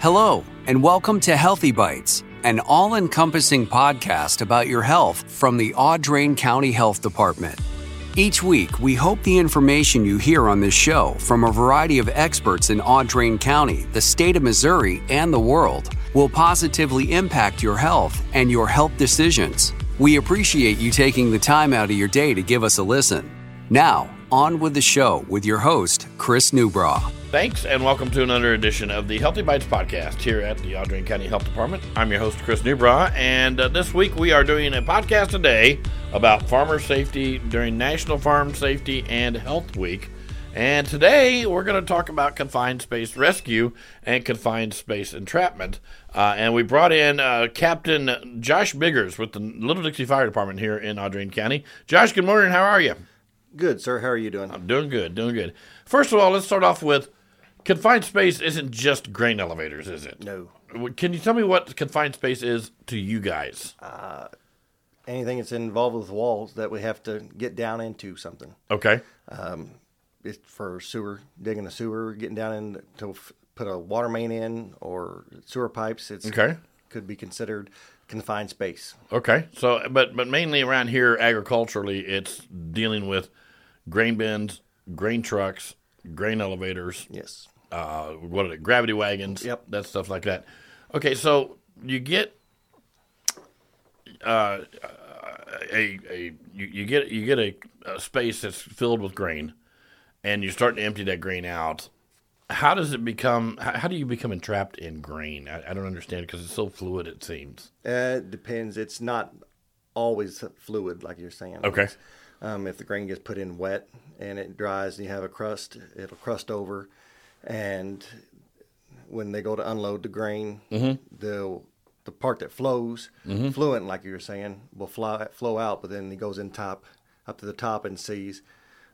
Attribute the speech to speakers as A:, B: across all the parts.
A: Hello, and welcome to Healthy Bites, an all encompassing podcast about your health from the Audrain County Health Department. Each week, we hope the information you hear on this show from a variety of experts in Audrain County, the state of Missouri, and the world will positively impact your health and your health decisions. We appreciate you taking the time out of your day to give us a listen. Now, on with the show with your host, Chris Newbrough.
B: Thanks, and welcome to another edition of the Healthy Bites podcast here at the Audrain County Health Department. I'm your host, Chris Newbra, and uh, this week we are doing a podcast today about farmer safety during National Farm Safety and Health Week. And today we're going to talk about confined space rescue and confined space entrapment. Uh, and we brought in uh, Captain Josh Biggers with the Little Dixie Fire Department here in Audrain County. Josh, good morning. How are you?
C: Good, sir. How are you doing?
B: I'm doing good, doing good. First of all, let's start off with confined space isn't just grain elevators, is it?
C: No.
B: Can you tell me what confined space is to you guys?
C: Anything that's involved with walls that we have to get down into something.
B: Okay.
C: It's for sewer, digging a sewer, getting down in to f- put a water main in or sewer pipes. It's
B: Okay.
C: Could be considered confined space.
B: Okay. So, but but mainly around here, agriculturally, it's dealing with grain bins, grain trucks, grain elevators,
C: Yes.
B: uh, what are they, gravity wagons?
C: Yep.
B: that stuff like that. Okay, so you get uh, a a you, you get you get a, a space that's filled with grain, and you start to empty that grain out. How does it become? How, how do you become entrapped in grain? I, I don't understand because it's so fluid. It seems.
C: Uh, it depends. It's not always fluid like you're saying. Um, if the grain gets put in wet and it dries, you have a crust. It'll crust over, and when they go to unload the grain, the the part that flows, fluent like you were saying, will fly, flow out. But then it goes in top up to the top and sees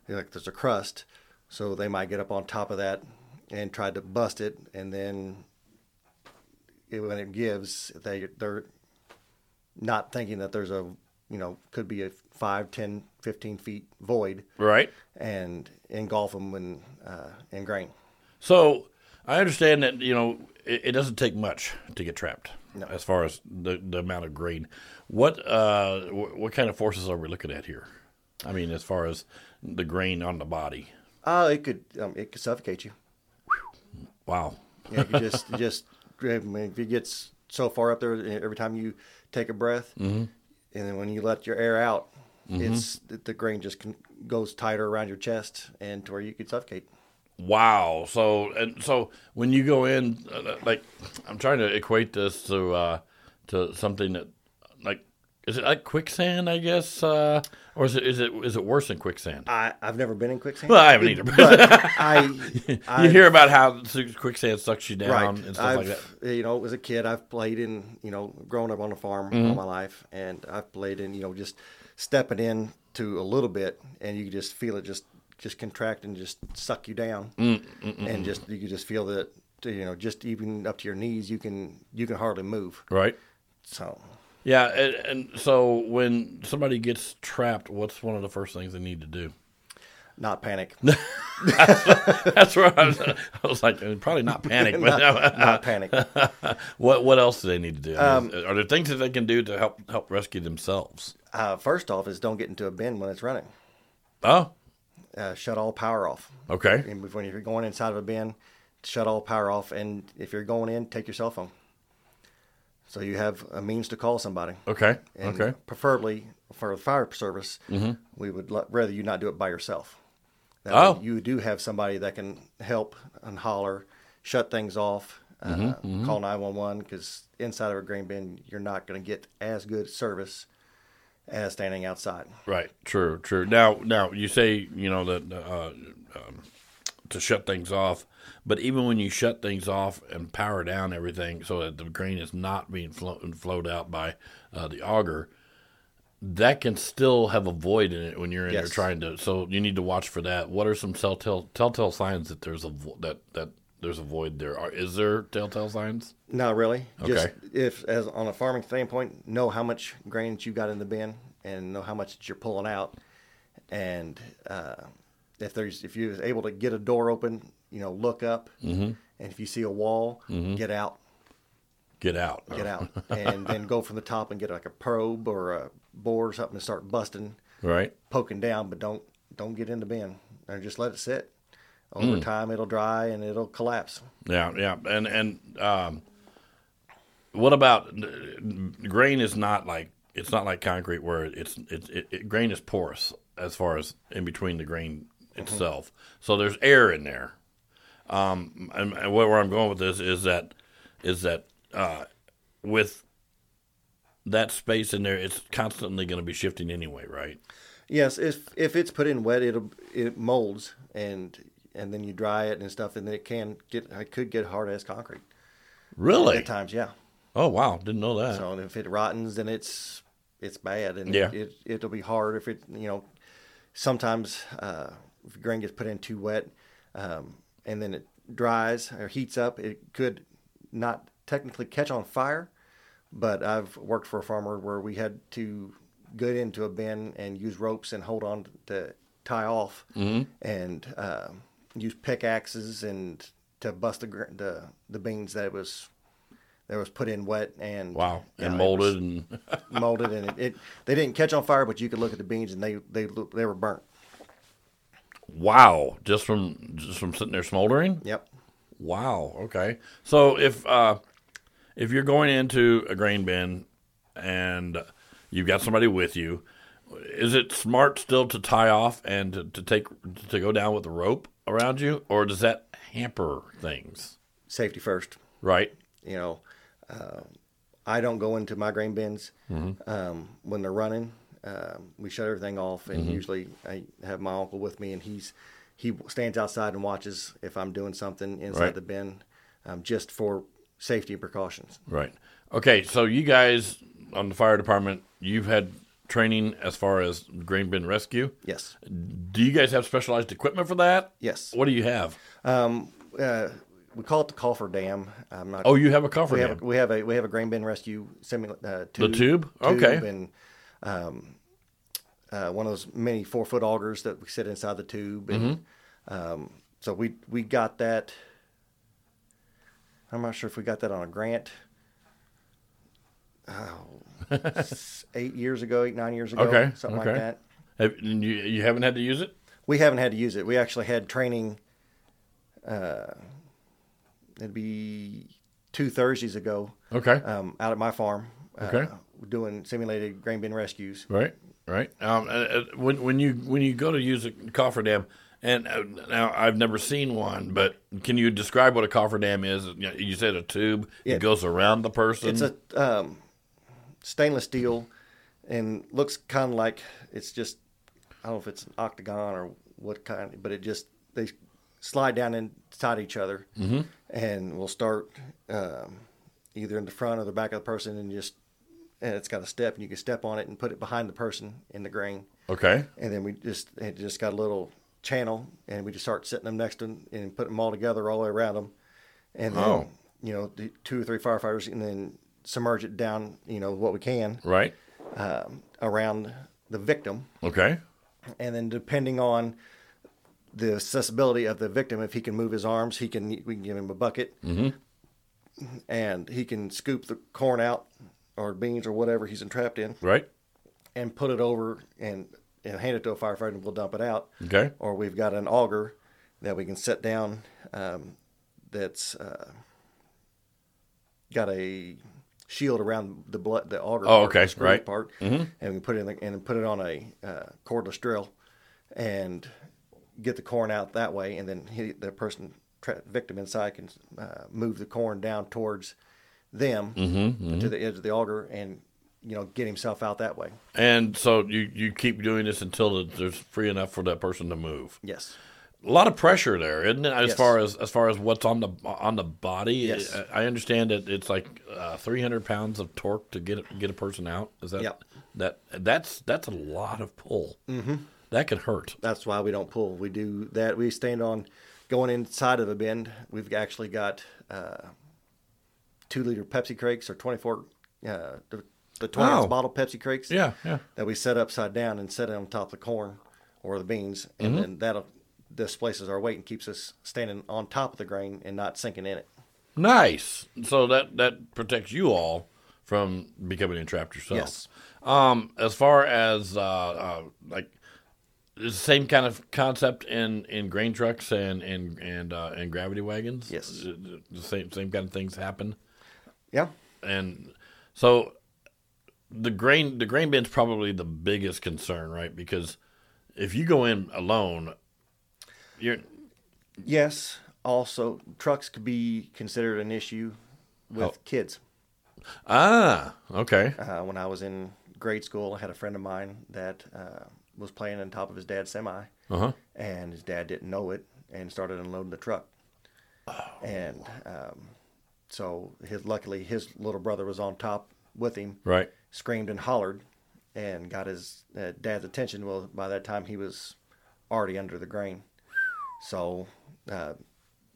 C: you know, like there's a crust, so they might get up on top of that and try to bust it, and then it, when it gives, they they're not thinking that there's a you know could be a 5 10 15 feet void
B: Right.
C: and engulf them in uh, in grain
B: So I understand that you know it, it doesn't take much to get trapped as far as the, the amount of grain. What uh, wh- what kind of forces are we looking at here? I mean, as far as the grain on the body.
C: oh it could um, it could suffocate you
B: Wow.
C: yeah, you just you just I mean, if it gets so far up there eh, every time you take a breath
B: Mm-hmm.
C: and then when you let your air out it's the, the grain just can, goes tighter around your chest and to where you could suffocate
B: Wow. So and so when you go in, uh, like I'm trying to equate this to uh, to something that like. Is it like quicksand? I guess, uh, or is it is it is it worse than quicksand?
C: I, I've never been in quicksand.
B: Well, I haven't either.
C: But I, I
B: you hear about how quicksand sucks you down and stuff
C: I've,
B: like that.
C: You know, as a kid, I've played in, you know, growing up on a farm all
B: Mm-hmm.
C: my life, and I've played in, you know, just stepping in to a little bit, and you could just feel it just just contract and just suck you down,
B: Mm,
C: and just you could just feel that, you know, just even up to your knees, you can you can hardly move.
B: Right.
C: So
B: Yeah, and, and so when somebody gets trapped, what's one of the first things they need to do?
C: not panic,
B: That's where I was, I was like, eh, probably not panic, but
C: not panic.
B: what what else do they need to do? Are there things that they can do to help help rescue themselves?
C: Uh, first off, is don't get into a bend when it's running.
B: Oh,
C: Uh, shut all power off.
B: okay,
C: And when you're going inside of a bin, shut all power off. And if you're going in, take your cell phone. So you have a means to call somebody.
B: okay,
C: And
B: okay. Mm-hmm.
C: Preferably for the fire service, we would lo- rather you not do it by yourself. That
B: Oh.
C: way You do have somebody that can help and holler, shut things off, uh,
B: Mm-hmm,
C: call 911 because inside of a grain bin, you're not going to get as good service as standing outside.
B: Right. True. True. Now, now you say you know that uh, um, to shut things off, but even when you shut things off and power down everything so that the grain is not being flo- flowed out by uh, the auger, that can still have a void in it when you're in there
C: Yes.
B: trying to. So you need to watch for that. What are some telltale telltale signs that there's a vo- that that there's a void there? Are, is there telltale signs?
C: Not really. Just
B: Okay.
C: if, as on a farming standpoint, know how much grain that you got in the bin and know how much that you're pulling out. And uh, if there's if you're able to get a door open, you know, look up And if you see a wall, get out,
B: Get out.
C: get out, and then go from the top and get like a probe or a bore or something and start busting,
B: Right.
C: poking down. But don't don't get in the bin and just let it sit. Over time, it'll dry and it'll collapse.
B: Yeah, yeah, and and um, what about grain? Is not like it's not like concrete where it's it's it, it, grain is porous as far as in between the grain
C: Mm-hmm.
B: itself. So there's air in there. Um, and, and where where I'm going with this is that is that uh, with that space in there, it's constantly going to be shifting anyway, right?
C: Yes, if if it's put in wet, it'll it molds and and then you dry it and stuff, and then it can get it could get hard as concrete
B: Really?
C: at times. Yeah.
B: Oh wow, didn't know that.
C: So if it rottens, then it's it's bad, and
B: Yeah.
C: it it'll be hard if it you know sometimes uh, if grain gets put in too wet, um, and then it dries or heats up, it could not technically catch on fire. But I've worked for a farmer where we had to get into a bin and use ropes and hold on to tie off, and um use pickaxes and to bust the, gr- the the beans that was that was put in wet and
B: wow,
C: Yeah,
B: and
C: it
B: molded
C: was-
B: and
C: molded and it, it they didn't catch on fire but you could look at the beans and they they look- they were burnt
B: wow, just from just from sitting there smoldering.
C: yep
B: Wow. Okay. So if uh, if you're going into a grain bin and you've got somebody with you, is it smart still to tie off and to, to take to go down with a rope around you, or does that hamper things?
C: safety first
B: Right.
C: you know uh, i don't go into my grain bins
B: Mm-hmm.
C: um, when they're running um, we shut everything off
B: Mm-hmm.
C: and usually i have my uncle with me and he's he stands outside and watches if i'm doing something inside
B: Right.
C: the bin um, just for safety precautions
B: Right. Okay. So you guys on the fire department, you've had training as far as grain bin rescue.
C: yes
B: Do you guys have specialized equipment for that?
C: yes
B: What do you have?
C: uh, we call it the coffer dam i'm not
B: Oh, you have a coffer
C: we
B: dam.
C: have a, we have a we have a grain bin rescue simula- uh,
B: The
C: tube,
B: tube? Okay.
C: and um, uh, one of those many four foot augers that we sit inside the tube, and um,
B: Mm-hmm.
C: so we we got that. I'm not sure if we got that on a grant. Oh, s- eight years ago, eight nine years ago,
B: Okay,
C: something
B: okay.
C: like that.
B: Have, and you, you haven't had to use it?
C: We haven't had to use it. We actually had training. Uh, it'd be two Thursdays ago
B: Okay.
C: um, out at my farm.
B: Okay.
C: Uh, doing simulated grain bin rescues.
B: right. Right. Um, uh, uh, when when you when you go to use a cofferdam, and uh, now I've never seen one, but can you describe what a cofferdam is? You know, You said a tube.
C: Yeah.
B: It goes around the person.
C: It's a um, stainless steel and looks kind of like it's just I don't know if it's an octagon or what kind, but it just they slide down inside each other
B: Mm-hmm.
C: and we'll start um, either in the front or the back of the person and just and it's got a step and you can step on it and put it behind the person in the grain.
B: okay.
C: and then we just it just got a little channel and we just start sitting them next to them and putting them all together all the way around them and then
B: Oh.
C: you know the two or three firefighters and then submerge it down you know what we can
B: Right.
C: around the victim
B: Okay.
C: and then depending on the accessibility of the victim if he can move his arms he can we can give him a bucket and he can scoop the corn out or beans or whatever he's entrapped in
B: Right.
C: and put it over and, and hand it to a firefighter and we'll dump it out.
B: Okay.
C: Or we've got an auger that we can set down um, that's uh, got a shield around the blood, the auger.
B: Oh,
C: part, the
B: okay,
C: screw
B: right. Mm-hmm.
C: Part, And we put it in the, and put it on a uh, cordless drill and get the corn out that way. And then he, the person, tra- victim inside, can uh, move the corn down towards them
B: Mm-hmm,
C: to the edge of the auger and you know get himself out that way.
B: And so you you keep doing this until there's free enough for that person to move.
C: Yes.
B: a lot of pressure there, isn't it? As
C: Yes.
B: far as as far as what's on the on the body,
C: Yes.
B: I, I understand that it's like uh, three hundred pounds of torque to get it- get a person out. Is that
C: Yep.
B: that that's that's a lot of pull. Mm-hmm. That could hurt.
C: That's why we don't pull. We do that. We stand on going inside of a bend. We've actually got uh, two liter Pepsi crates or 24, uh, the, the 20 ounce
B: Wow.
C: bottle Pepsi crates
B: Yeah, yeah. Mm-hmm.
C: that we set upside down and set it on top of the corn or the beans. And then that'll displaces our weight and keeps us standing on top of the grain and not sinking in it.
B: Nice. So that that protects you all from becoming entrapped yourself.
C: Yes.
B: Um, as far as uh, uh, like the same kind of concept in, in grain trucks and and and uh, and gravity wagons.
C: Yes.
B: The the same same kind of things happen,
C: Yeah.
B: and so the grain the grain bin's probably the biggest concern, right? Because if you go in alone, you're
C: Yes. Also, trucks could be considered an issue with
B: Oh.
C: kids.
B: ah okay
C: Uh, when I was in grade school, I had a friend of mine that uh, was playing on top of his dad's semi,
B: uh huh
C: and his dad didn't know it and started unloading the truck. And um, so, his, luckily, his little brother was on top with him,
B: right
C: screamed and hollered, and got his uh, dad's attention. Well, by that time, he was already under the grain. So, uh,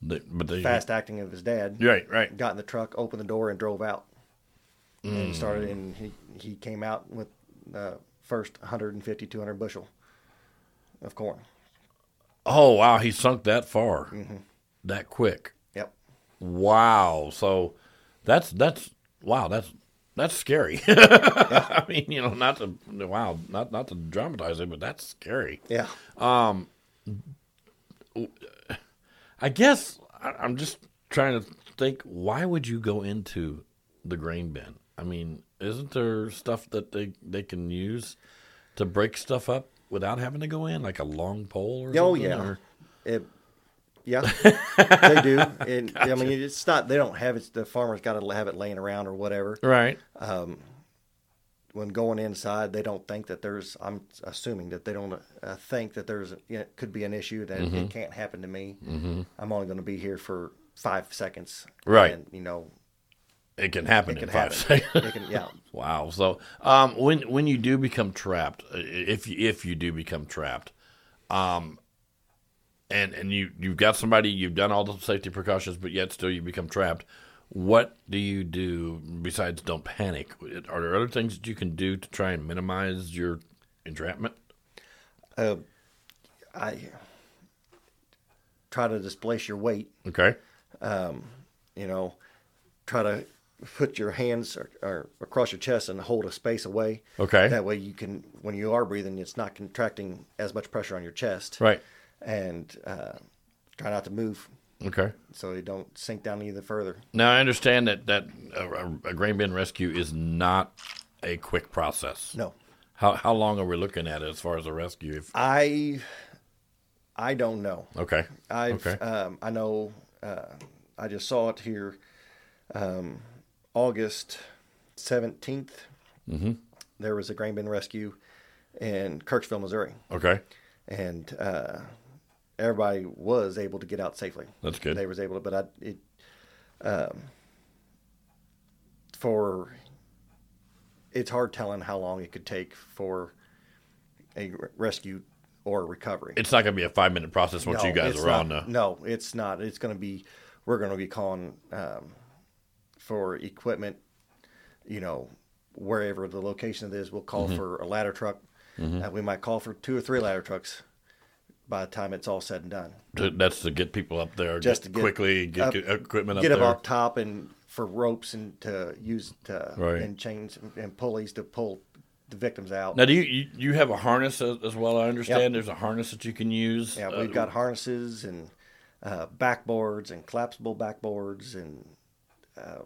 B: The- but they
C: fast acting of his dad.
B: right right
C: Got in the truck, opened the door, and drove out. And started, and he, he came out with uh, first 150, 200 bushel of corn.
B: Oh wow, he sunk that far, that quick.
C: Yep.
B: Wow. So that's that's wow. That's that's scary. I mean, you know, not to wow, not not to dramatize it, but that's scary.
C: Yeah.
B: I guess I, I'm just trying to think. Why would you go into the grain bin? I mean, isn't there stuff that they they can use to break stuff up without having to go in, like a long pole or
C: Oh,
B: something?
C: yeah.
B: or-
C: It, yeah. they do. And I mean, it's not, they don't have it, the farmer's got to have it laying around or whatever.
B: right.
C: When going inside, they don't think that there's, I'm assuming that they don't uh, think that there's, you know, it could be an issue that it can't happen to me. Mm-hmm. I'm only going to be here for five seconds.
B: Right.
C: And, you know,
B: It can happen
C: it
B: in
C: can
B: five
C: happen.
B: seconds.
C: It can, yeah.
B: Wow. So, um, when when you do become trapped, uh, if you, if you do become trapped, um, and and you you've got somebody, you've done all the safety precautions, but yet still you become trapped. What do you do besides don't panic? Are there other things that you can do to try and minimize your entrapment?
C: uh, I try to displace your weight.
B: Okay.
C: You know, try to put your hands or, or across your chest and hold a space away.
B: Okay.
C: That way you can, when you are breathing, it's not contracting as much pressure on your chest.
B: Right.
C: And uh, try not to move
B: Okay.
C: so you don't sink down either further.
B: Now I understand that that a, a grain bin rescue is not a quick process.
C: No,
B: How how long are we looking at as far as a rescue? If,
C: I, I don't know.
B: okay.
C: I've,
B: Okay.
C: um, I know, uh, I just saw it here, um, August 17th. Mm-hmm. There was a grain bin rescue in Kirksville, Missouri,
B: Okay.
C: and uh, everybody was able to get out safely.
B: That's good.
C: They was able to, but I, it, um, for, it's hard telling how long it could take for a r- rescue or recovery.
B: It's not going to be a five minute process once you guys
C: it's
B: are
C: not,
B: on the.
C: No, it's not. It's going to be. We're going to be calling um, for equipment. You know, wherever the location of this, we'll call
B: Mm-hmm.
C: for a ladder truck. Uh, we might call for two or three ladder trucks by the time it's all said and done.
B: to- that's to get people up there
C: Just to get
B: quickly get
C: up-
B: get equipment up
C: Get
B: there.
C: them up top and for ropes and to use to,
B: Right.
C: and chains and pulleys to pull the victims out.
B: Now, do you, you you have a harness as, as well? I understand
C: Yep.
B: there's a harness that you can use.
C: Yeah,
B: Uh,
C: we've got harnesses and uh, backboards and collapsible backboards and uh,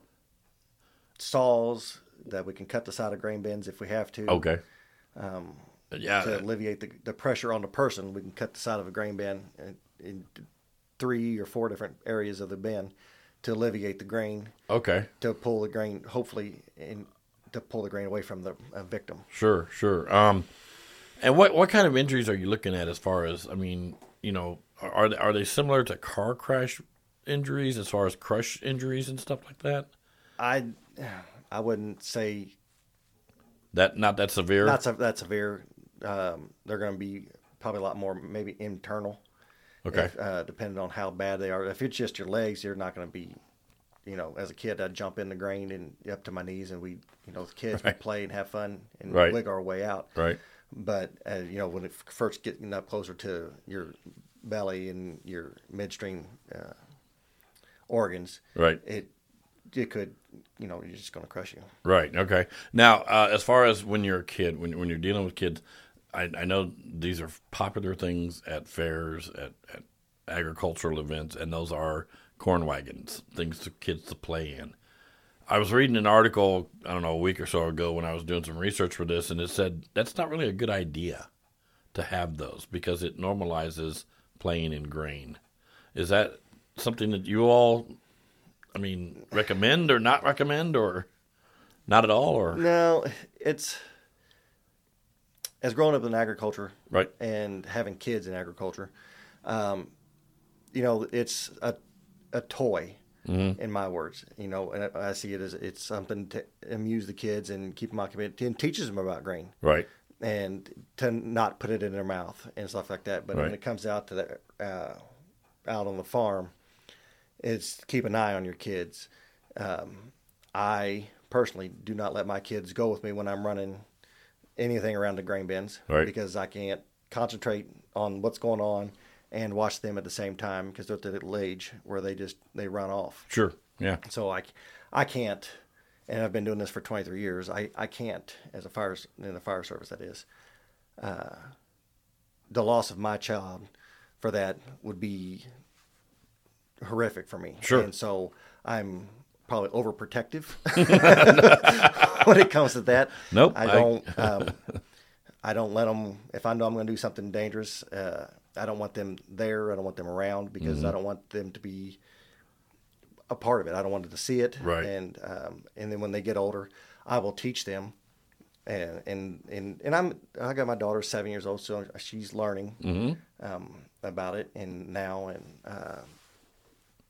C: saws that we can cut the side of grain bins if we have to.
B: okay. Um, yeah,
C: To alleviate the, the pressure on the person, we can cut the side of a grain bin in, in three or four different areas of the bin to alleviate the grain,
B: okay.
C: to pull the grain, hopefully, in, to pull the grain away from the uh, victim.
B: Sure, sure. Um, and what what kind of injuries are you looking at as far as I mean, you know, are are they, are they similar to car crash injuries as far as crush injuries and stuff like that?
C: I, I wouldn't say
B: That not that severe.
C: Not so, that severe. Um, they're going to be probably a lot more, maybe internal.
B: okay.
C: If, uh, depending on how bad they are. If it's just your legs, you're not going to be, you know, as a kid, I'd jump in the grain and up to my knees and we, you know, as kids, we play and have fun and
B: Right.
C: wiggle our way out.
B: right.
C: But, uh, you know, when it f- first getting up closer to your belly and your midstream uh, organs,
B: Right.
C: it it could you know you're just going to crush you.
B: Right. Okay. Now, uh, as far as when you're a kid, when when you're dealing with kids, I, I know these are popular things at fairs, at, at agricultural events, and those are corn wagons, things for kids to play in. I was reading an article, I don't know, a week or so ago when I was doing some research for this, and it said that's not really a good idea to have those because it normalizes playing in grain. Is that something that you all, I mean, recommend or not recommend or? Not at all, or
C: No, it's as growing up in agriculture
B: right?
C: and having kids in agriculture, um, you know, it's a a toy, in my words. You know, and I I see it as it's something to amuse the kids and keep them occupied and teaches them about grain
B: Right,
C: and to not put it in their mouth and stuff like that. But
B: Right.
C: when it comes out to the uh, out on the farm, it's keep an eye on your kids. Um, I personally do not let my kids go with me when I'm running anything around the grain bins
B: Right.
C: because I can't concentrate on what's going on and watch them at the same time because they're at the little age where they just they run off.
B: sure, yeah,
C: So I, I can't, and I've been doing this for 23 years. I, I can't, as a fire in the fire service, that is, uh, the loss of my child for that would be horrific for me.
B: Sure.
C: And so I'm probably overprotective when it comes to that.
B: Nope,
C: I
B: I-
C: don't. um, I don't let them. If I know I'm going to do something dangerous, uh, I don't want them there. I don't want them around because
B: Mm-hmm.
C: I don't want them to be a part of it. I don't want them to see it.
B: Right.
C: And um, and then when they get older, I will teach them. And and and, and I'm I got my daughter seven years old, so she's learning
B: Mm-hmm.
C: um, about it and now and uh,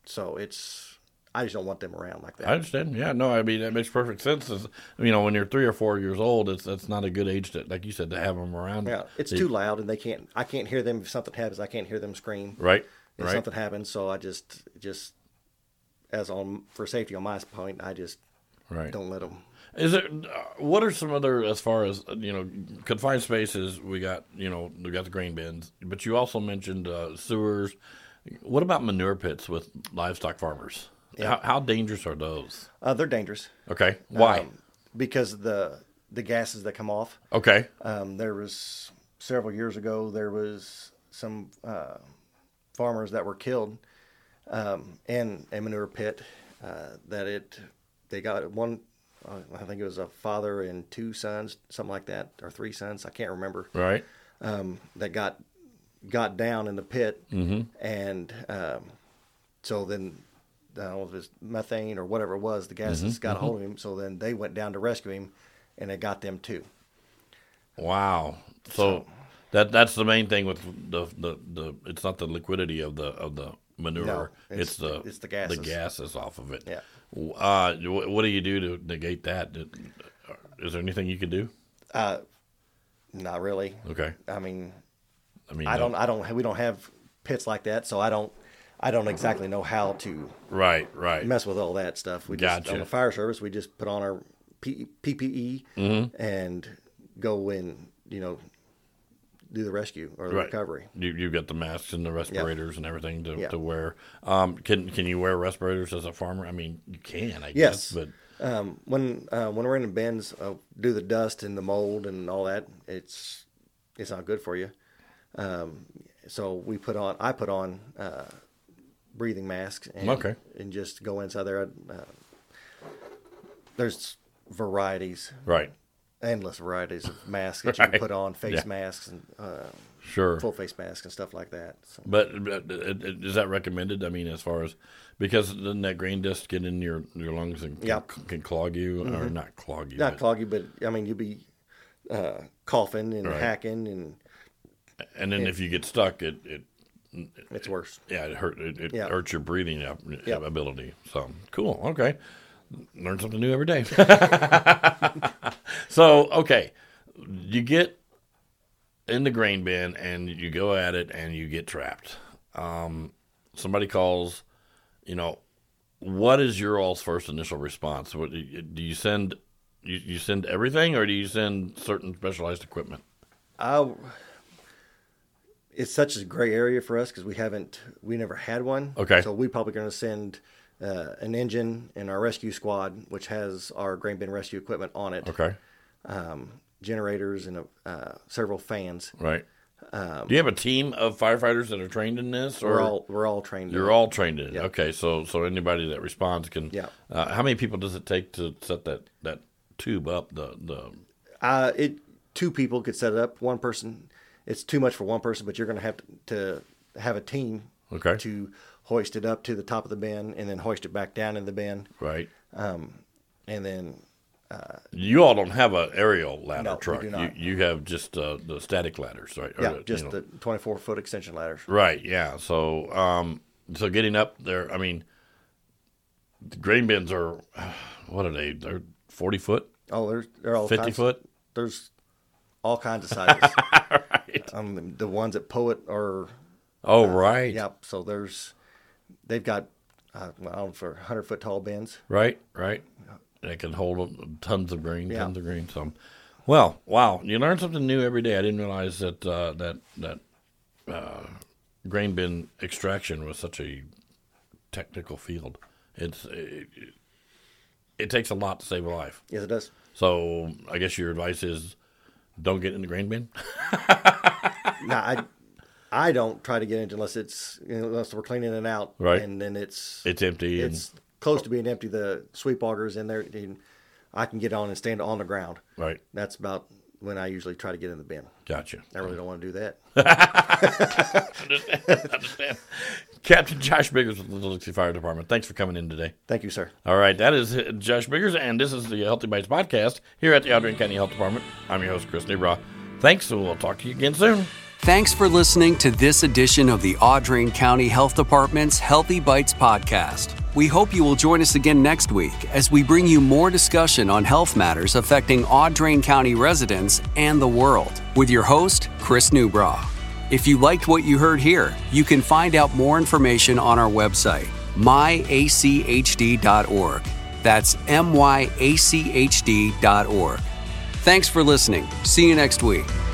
C: so it's I just don't want them around like that.
B: I understand. Yeah, no, I mean that makes perfect sense. It's- you know, when you're three or four years old, it's that's not a good age to, like you said, to have them around.
C: yeah, it's
B: They-
C: too loud, and they can't. I can't hear them if something happens. I can't hear them scream.
B: right,
C: if
B: right,
C: something happens. So I just just as on for safety on my point, I just
B: right.
C: don't let them.
B: Is there? Uh, what are some other as far as uh, you know? Confined spaces. We got you know we got the grain bins, but you also mentioned uh, sewers. What about manure pits with livestock farmers? How, how dangerous are those?
C: Uh, they're dangerous.
B: Okay, why?
C: Um, because of the the gases that come off.
B: okay,
C: Um, there was several years ago. There was some uh, farmers that were killed um, in a manure pit. Uh, that it they got one. uh, I think it was a father and two sons, something like that, or three sons. I can't remember.
B: right,
C: Um, that got got down in the pit,
B: Mm-hmm.
C: and um, so then I don't know if it's methane or whatever it was. The gases
B: Mm-hmm.
C: got a hold of him. So then they went down to rescue him, and it got them too.
B: Wow. So that that's the main thing with the the, the it's not the liquidity of the of the manure.
C: No,
B: it's,
C: it's
B: the
C: the- it's the gases.
B: the gases off of it.
C: Yeah.
B: Uh, wh- what do you do to negate that? Did- uh, Is there anything you can do?
C: Not really.
B: Okay.
C: I mean,
B: I mean,
C: I
B: no-
C: don't, I don't, we don't have pits like that, so I don't, I don't exactly know how to
B: Right. Right.
C: mess with all that stuff. We just
B: Gotcha.
C: on the fire service, we just put on our P- PPE
B: Mm-hmm.
C: and go in, you know, do the rescue or the
B: Right.
C: recovery.
B: You you got the masks and the respirators and everything to,
C: Yeah.
B: to wear. Um, can can you wear respirators as a farmer? I mean, you can, I
C: Yes.
B: guess, but
C: Um, when uh, when we're in the bins, uh, do the dust and the mold and all that. It's it's not good for you. Um, so we put on. I put on uh, breathing masks. And,
B: Okay.
C: And just go inside there. Uh, there's varieties,
B: right.
C: endless varieties of masks that you
B: Right.
C: can put on, face
B: Yeah.
C: masks and uh,
B: Sure.
C: full face masks and stuff like that. So,
B: But, but it- it- is that recommended? I mean, as far as because doesn't that grain dust get in your, your lungs and can,
C: Yeah. Mm-hmm.
B: can clog you or not clog you?
C: not
B: but-
C: cloggy, but I mean you'll be uh, coughing and
B: Right.
C: hacking, and
B: and then if you get stuck, it, it
C: it's worse.
B: yeah it hurt it, it
C: Yeah.
B: hurts your breathing up,
C: Yeah.
B: ability. So cool. Okay, learn something new every day. so okay, you get in the grain bin and you go at it and you get trapped. Um, somebody calls, you know, what is your all's first initial response? What do you do you send? You, you send everything, or do you send certain specialized equipment?
C: I it's such a gray area for us because we haven't we never had one.
B: Okay.
C: So we probably going to send uh, an engine and our rescue squad, which has our grain bin rescue equipment on it,
B: Okay.
C: um, generators and uh, several fans.
B: Right. Do you have a team of firefighters that are trained in this, or
C: Um, We're all we're all trained. in
B: you're
C: it.
B: all trained in it? Okay, so so anybody that responds can.
C: Yeah.
B: Uh, how many people does it take to set that that tube up? The the
C: Uh, it two people could set it up. One person, it's too much for one person, but you're going to have to have a team.
B: Okay.
C: To hoist it up to the top of the bin and then hoist it back down in the bin,
B: right.
C: and then
B: You all don't have an aerial ladder
C: No, we
B: truck.
C: do not.
B: You you have just uh, the static ladders, right? Or
C: yeah,
B: the, you
C: just
B: know-
C: the 24 foot extension ladders.
B: Right. Yeah. So, um, so getting up there, I mean, the grain bins are, what are they? They're forty foot.
C: Oh, there's they're all
B: 50
C: kinds-
B: foot?
C: There's all kinds of sizes. Um, the ones at Poet are
B: Oh, right.
C: yep. So there's they've got uh, well, I don't know for 100 foot tall bins.
B: Right. Right. They can hold tons of grain,
C: Yeah.
B: tons of grain. So, well, wow, you learn something new every day. I didn't realize that uh, that that uh, grain bin extraction was such a technical field. It's it, it, it takes a lot to save a life.
C: Yes, it does.
B: So I guess your advice is don't get in the grain bin.
C: now I I don't try to get into unless it's unless we're cleaning it out.
B: Right.
C: And then it's
B: It's empty.
C: it's close to being empty. The sweep auger's in there. And I can get on and stand on the ground.
B: and, right.
C: That's about when I usually try to get in the bin.
B: Gotcha.
C: I really don't want to do that.
B: Captain Josh Biggers with the Dixie Fire Department. Thanks for coming in today.
C: Thank you, sir.
B: All right, that is uh, Josh Biggers, and this is the Healthy Bites podcast here at the Aldrin County Health Department. I'm your host, Chris Nebra. Thanks, and we'll talk to you again soon.
A: Thanks for listening to this edition of the Audrain County Health Department's Healthy Bites podcast. We hope you will join us again next week as we bring you more discussion on health matters affecting Audrain County residents and the world with your host, Chris Newbra. If you liked what you heard here, you can find out more information on our website, myachd.org. That's myachd.org. Thanks for listening. See you next week.